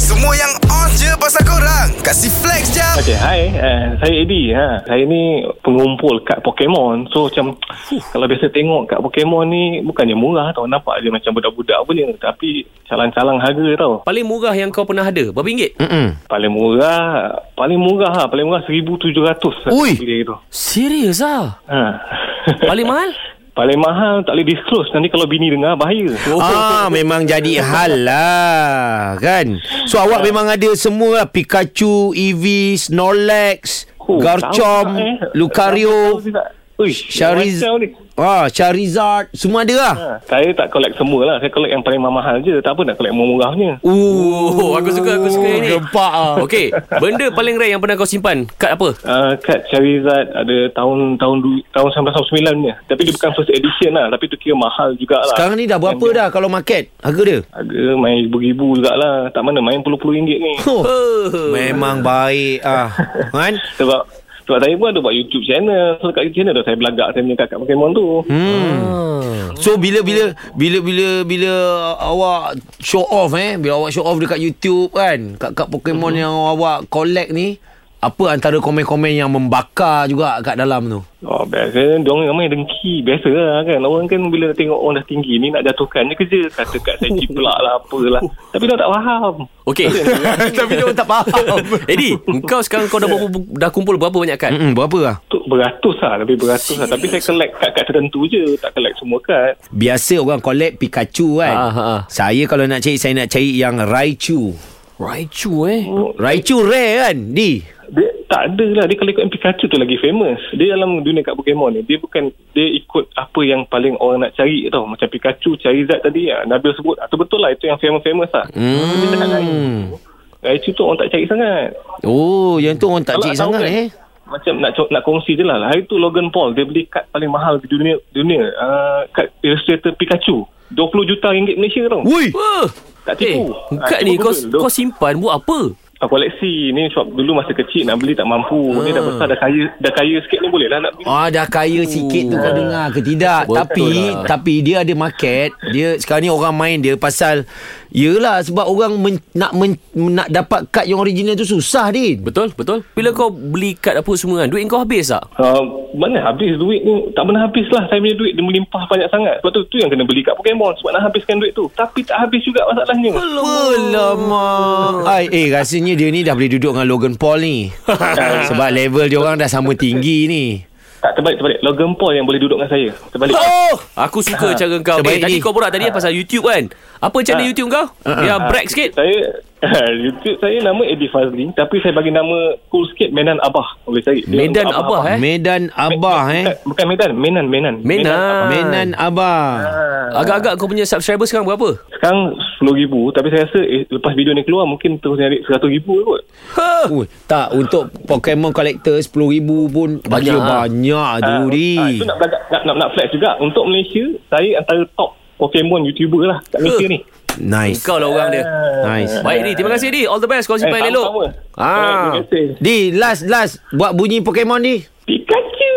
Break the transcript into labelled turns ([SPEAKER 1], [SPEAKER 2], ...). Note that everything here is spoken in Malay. [SPEAKER 1] Semua yang on je pasal korang Kasih flex jap
[SPEAKER 2] Okay, hi. Uh, saya Eddie. Ha. Saya ni pengumpul kad Pokemon. So, macam kalau biasa tengok kad Pokemon ni, bukannya murah tau. Nampak je macam budak-budak punya. Tapi, calang-calang harga tau.
[SPEAKER 3] Paling murah yang kau pernah ada Berapa ringgit?
[SPEAKER 4] Mm-mm.
[SPEAKER 2] Paling murah, paling murah ha. Paling murah RM1,700.
[SPEAKER 4] Ui.
[SPEAKER 2] Beli tu.
[SPEAKER 3] Serius lah
[SPEAKER 2] Ha.
[SPEAKER 3] Paling mahal?
[SPEAKER 2] paling mahal tak boleh disclose. Nanti kalau bini dengar, bahaya.
[SPEAKER 4] Oh. Ah memang jadi hal lah kan. So
[SPEAKER 2] Ah.
[SPEAKER 4] awak memang ada semua lah. Pikachu, Eevee, Snorlax,
[SPEAKER 2] Oh,
[SPEAKER 4] Garchomp,
[SPEAKER 2] tahu tak, eh?
[SPEAKER 4] Lucario,
[SPEAKER 2] Tahu tidak? Ui,
[SPEAKER 4] Chariz
[SPEAKER 2] macam ni.
[SPEAKER 4] ah, Charizard, semua ada lah.
[SPEAKER 2] Ha, saya tak collect semua lah. Saya collect yang paling mahal je. Tak apa nak collect murah punya.
[SPEAKER 3] Oh, aku suka aku suka ini.
[SPEAKER 4] Gempak ah.
[SPEAKER 3] Okey, benda paling rare yang pernah kau simpan, kad apa?
[SPEAKER 2] Uh, kad Charizard ada tahun tahun du- tahun 1999 punya. Tapi dia bukan first edition lah. Tapi tu kira mahal jugalah.
[SPEAKER 4] Sekarang ni dah berapa dah kalau market harga dia?
[SPEAKER 2] Harga main ribu-ribu jugalah. Tak mana main puluh-puluh ringgit ni.
[SPEAKER 4] Oh,
[SPEAKER 3] Oh.
[SPEAKER 4] memang baik ah. Kan?
[SPEAKER 2] sebab sebab saya pun ada buat YouTube channel. So kat YouTube channel dah saya belagak saya punya kakak Pokemon tu.
[SPEAKER 4] Hmm. So bila bila bila bila bila awak show off eh, bila awak show off dekat YouTube kan, kat-kat Pokemon yang awak collect ni, apa antara komen-komen yang membakar juga kat dalam tu?
[SPEAKER 2] Oh, biasa dia orang ramai dengki. Biasa lah kan. Orang kan bila tengok orang dah tinggi ni nak jatuhkan je kerja. Kata kat saya jiplak lah apalah. Tapi dia orang tak faham.
[SPEAKER 3] Okey.
[SPEAKER 4] Tapi dia orang tak faham.
[SPEAKER 3] Eddie, kau sekarang kau dah berapa, dah kumpul berapa banyak kad?
[SPEAKER 4] Mm-mm, berapa lah?
[SPEAKER 2] Tu beratus lah. Lebih beratus lah. Tapi saya collect kad-kad tertentu je. Tak collect semua kad.
[SPEAKER 4] Biasa orang collect Pikachu kan.
[SPEAKER 3] Ah, ah, ah.
[SPEAKER 4] Saya kalau nak cari saya nak cari yang Raichu.
[SPEAKER 3] Raichu eh.
[SPEAKER 4] Raichu rare kan? Di.
[SPEAKER 2] Dia tak ada lah. Dia kalau ikut Pikachu tu lagi famous. Dia dalam dunia kat Pokemon ni. Dia bukan, dia ikut apa yang paling orang nak cari tau. Macam Pikachu, Charizard tadi lah. Nabil sebut. Itu betul lah. Itu yang famous-famous lah. Hmm. Dia cakap Raichu. Raichu tu orang tak cari sangat.
[SPEAKER 4] Oh, yang tu orang tak
[SPEAKER 2] Kalau
[SPEAKER 4] cari
[SPEAKER 2] nak tahu
[SPEAKER 4] sangat
[SPEAKER 2] kan,
[SPEAKER 4] eh.
[SPEAKER 2] Macam nak co- nak kongsi je lah. Hari tu Logan Paul. Dia beli kad paling mahal di dunia. dunia uh, kad Illustrator Pikachu. 20 juta ringgit Malaysia tau.
[SPEAKER 4] Wui.
[SPEAKER 3] Wah.
[SPEAKER 2] Tak
[SPEAKER 3] Eh,
[SPEAKER 2] tipu. Ah,
[SPEAKER 3] kad
[SPEAKER 2] tipu
[SPEAKER 3] ni kau
[SPEAKER 2] betul.
[SPEAKER 3] kau simpan buat apa?
[SPEAKER 2] Ah, koleksi ni sebab dulu masa kecil nak beli tak mampu. Ni
[SPEAKER 3] Ah.
[SPEAKER 2] dah besar dah kaya dah kaya sikit ni boleh lah nak beli.
[SPEAKER 4] Ah dah kaya sikit tu kau dengar ke tidak
[SPEAKER 3] Betul
[SPEAKER 4] tapi
[SPEAKER 3] lah.
[SPEAKER 4] tapi dia ada market dia sekarang ni orang main dia pasal yelah sebab orang men, nak men, nak dapat kad yang original tu susah din
[SPEAKER 3] Betul, betul. Bila kau beli kad apa semua kan, duit kau habis tak?
[SPEAKER 2] Uh, mana habis duit ni Tak pernah habis lah Saya punya duit Dia melimpah banyak sangat Sebab tu, tu yang kena beli kat Pokemon Sebab nak habiskan duit tu Tapi tak habis juga masalahnya
[SPEAKER 4] Alamak Ai, Eh rasanya dia ni dah boleh duduk dengan Logan Paul ni Sebab level dia orang dah sama tinggi ni
[SPEAKER 2] Tak terbalik terbalik Logan Paul yang boleh duduk dengan saya Terbalik
[SPEAKER 4] Oh
[SPEAKER 3] Aku suka cara kau.
[SPEAKER 4] Terbaik
[SPEAKER 3] eh, tadi
[SPEAKER 4] ni.
[SPEAKER 3] kau borak tadi pasal YouTube kan. Apa channel YouTube kau? Ya, break sikit.
[SPEAKER 2] Saya YouTube saya nama Eddie Fazli Tapi saya bagi nama Cool sikit Menan Abah Boleh cari Dia
[SPEAKER 3] Medan
[SPEAKER 2] untuk
[SPEAKER 3] Abah, eh.
[SPEAKER 4] Medan Abah eh
[SPEAKER 2] Bukan- Bukan Medan Menan Menan
[SPEAKER 3] Menan.
[SPEAKER 4] Medan Abah
[SPEAKER 2] Ah.
[SPEAKER 3] Agak-agak kau punya subscriber sekarang berapa?
[SPEAKER 2] Sekarang RM10,000 Tapi saya rasa eh, Lepas video ni keluar Mungkin terus nyari RM100,000 kot
[SPEAKER 3] Ha.
[SPEAKER 4] Ui, tak untuk Pokemon collector 10000 pun bagi
[SPEAKER 3] Banyak, ah.
[SPEAKER 4] banyak tu
[SPEAKER 2] Ah,
[SPEAKER 4] di.
[SPEAKER 2] ah, Itu nak, belagak- nak, nak, nak flex juga Untuk Malaysia Saya antara top Pokemon YouTuber lah Kat Malaysia
[SPEAKER 3] Huh.
[SPEAKER 2] ni
[SPEAKER 4] Nice.
[SPEAKER 3] Kau lah orang dia.
[SPEAKER 4] Nice.
[SPEAKER 3] Baik ni, terima kasih ni. All the best kau simpan
[SPEAKER 2] Ah. Eh,
[SPEAKER 3] elok.
[SPEAKER 2] sama-sama. Eh,
[SPEAKER 3] Ah.
[SPEAKER 2] terima kasih.
[SPEAKER 4] Di last last buat bunyi Pokemon di.
[SPEAKER 2] Pikachu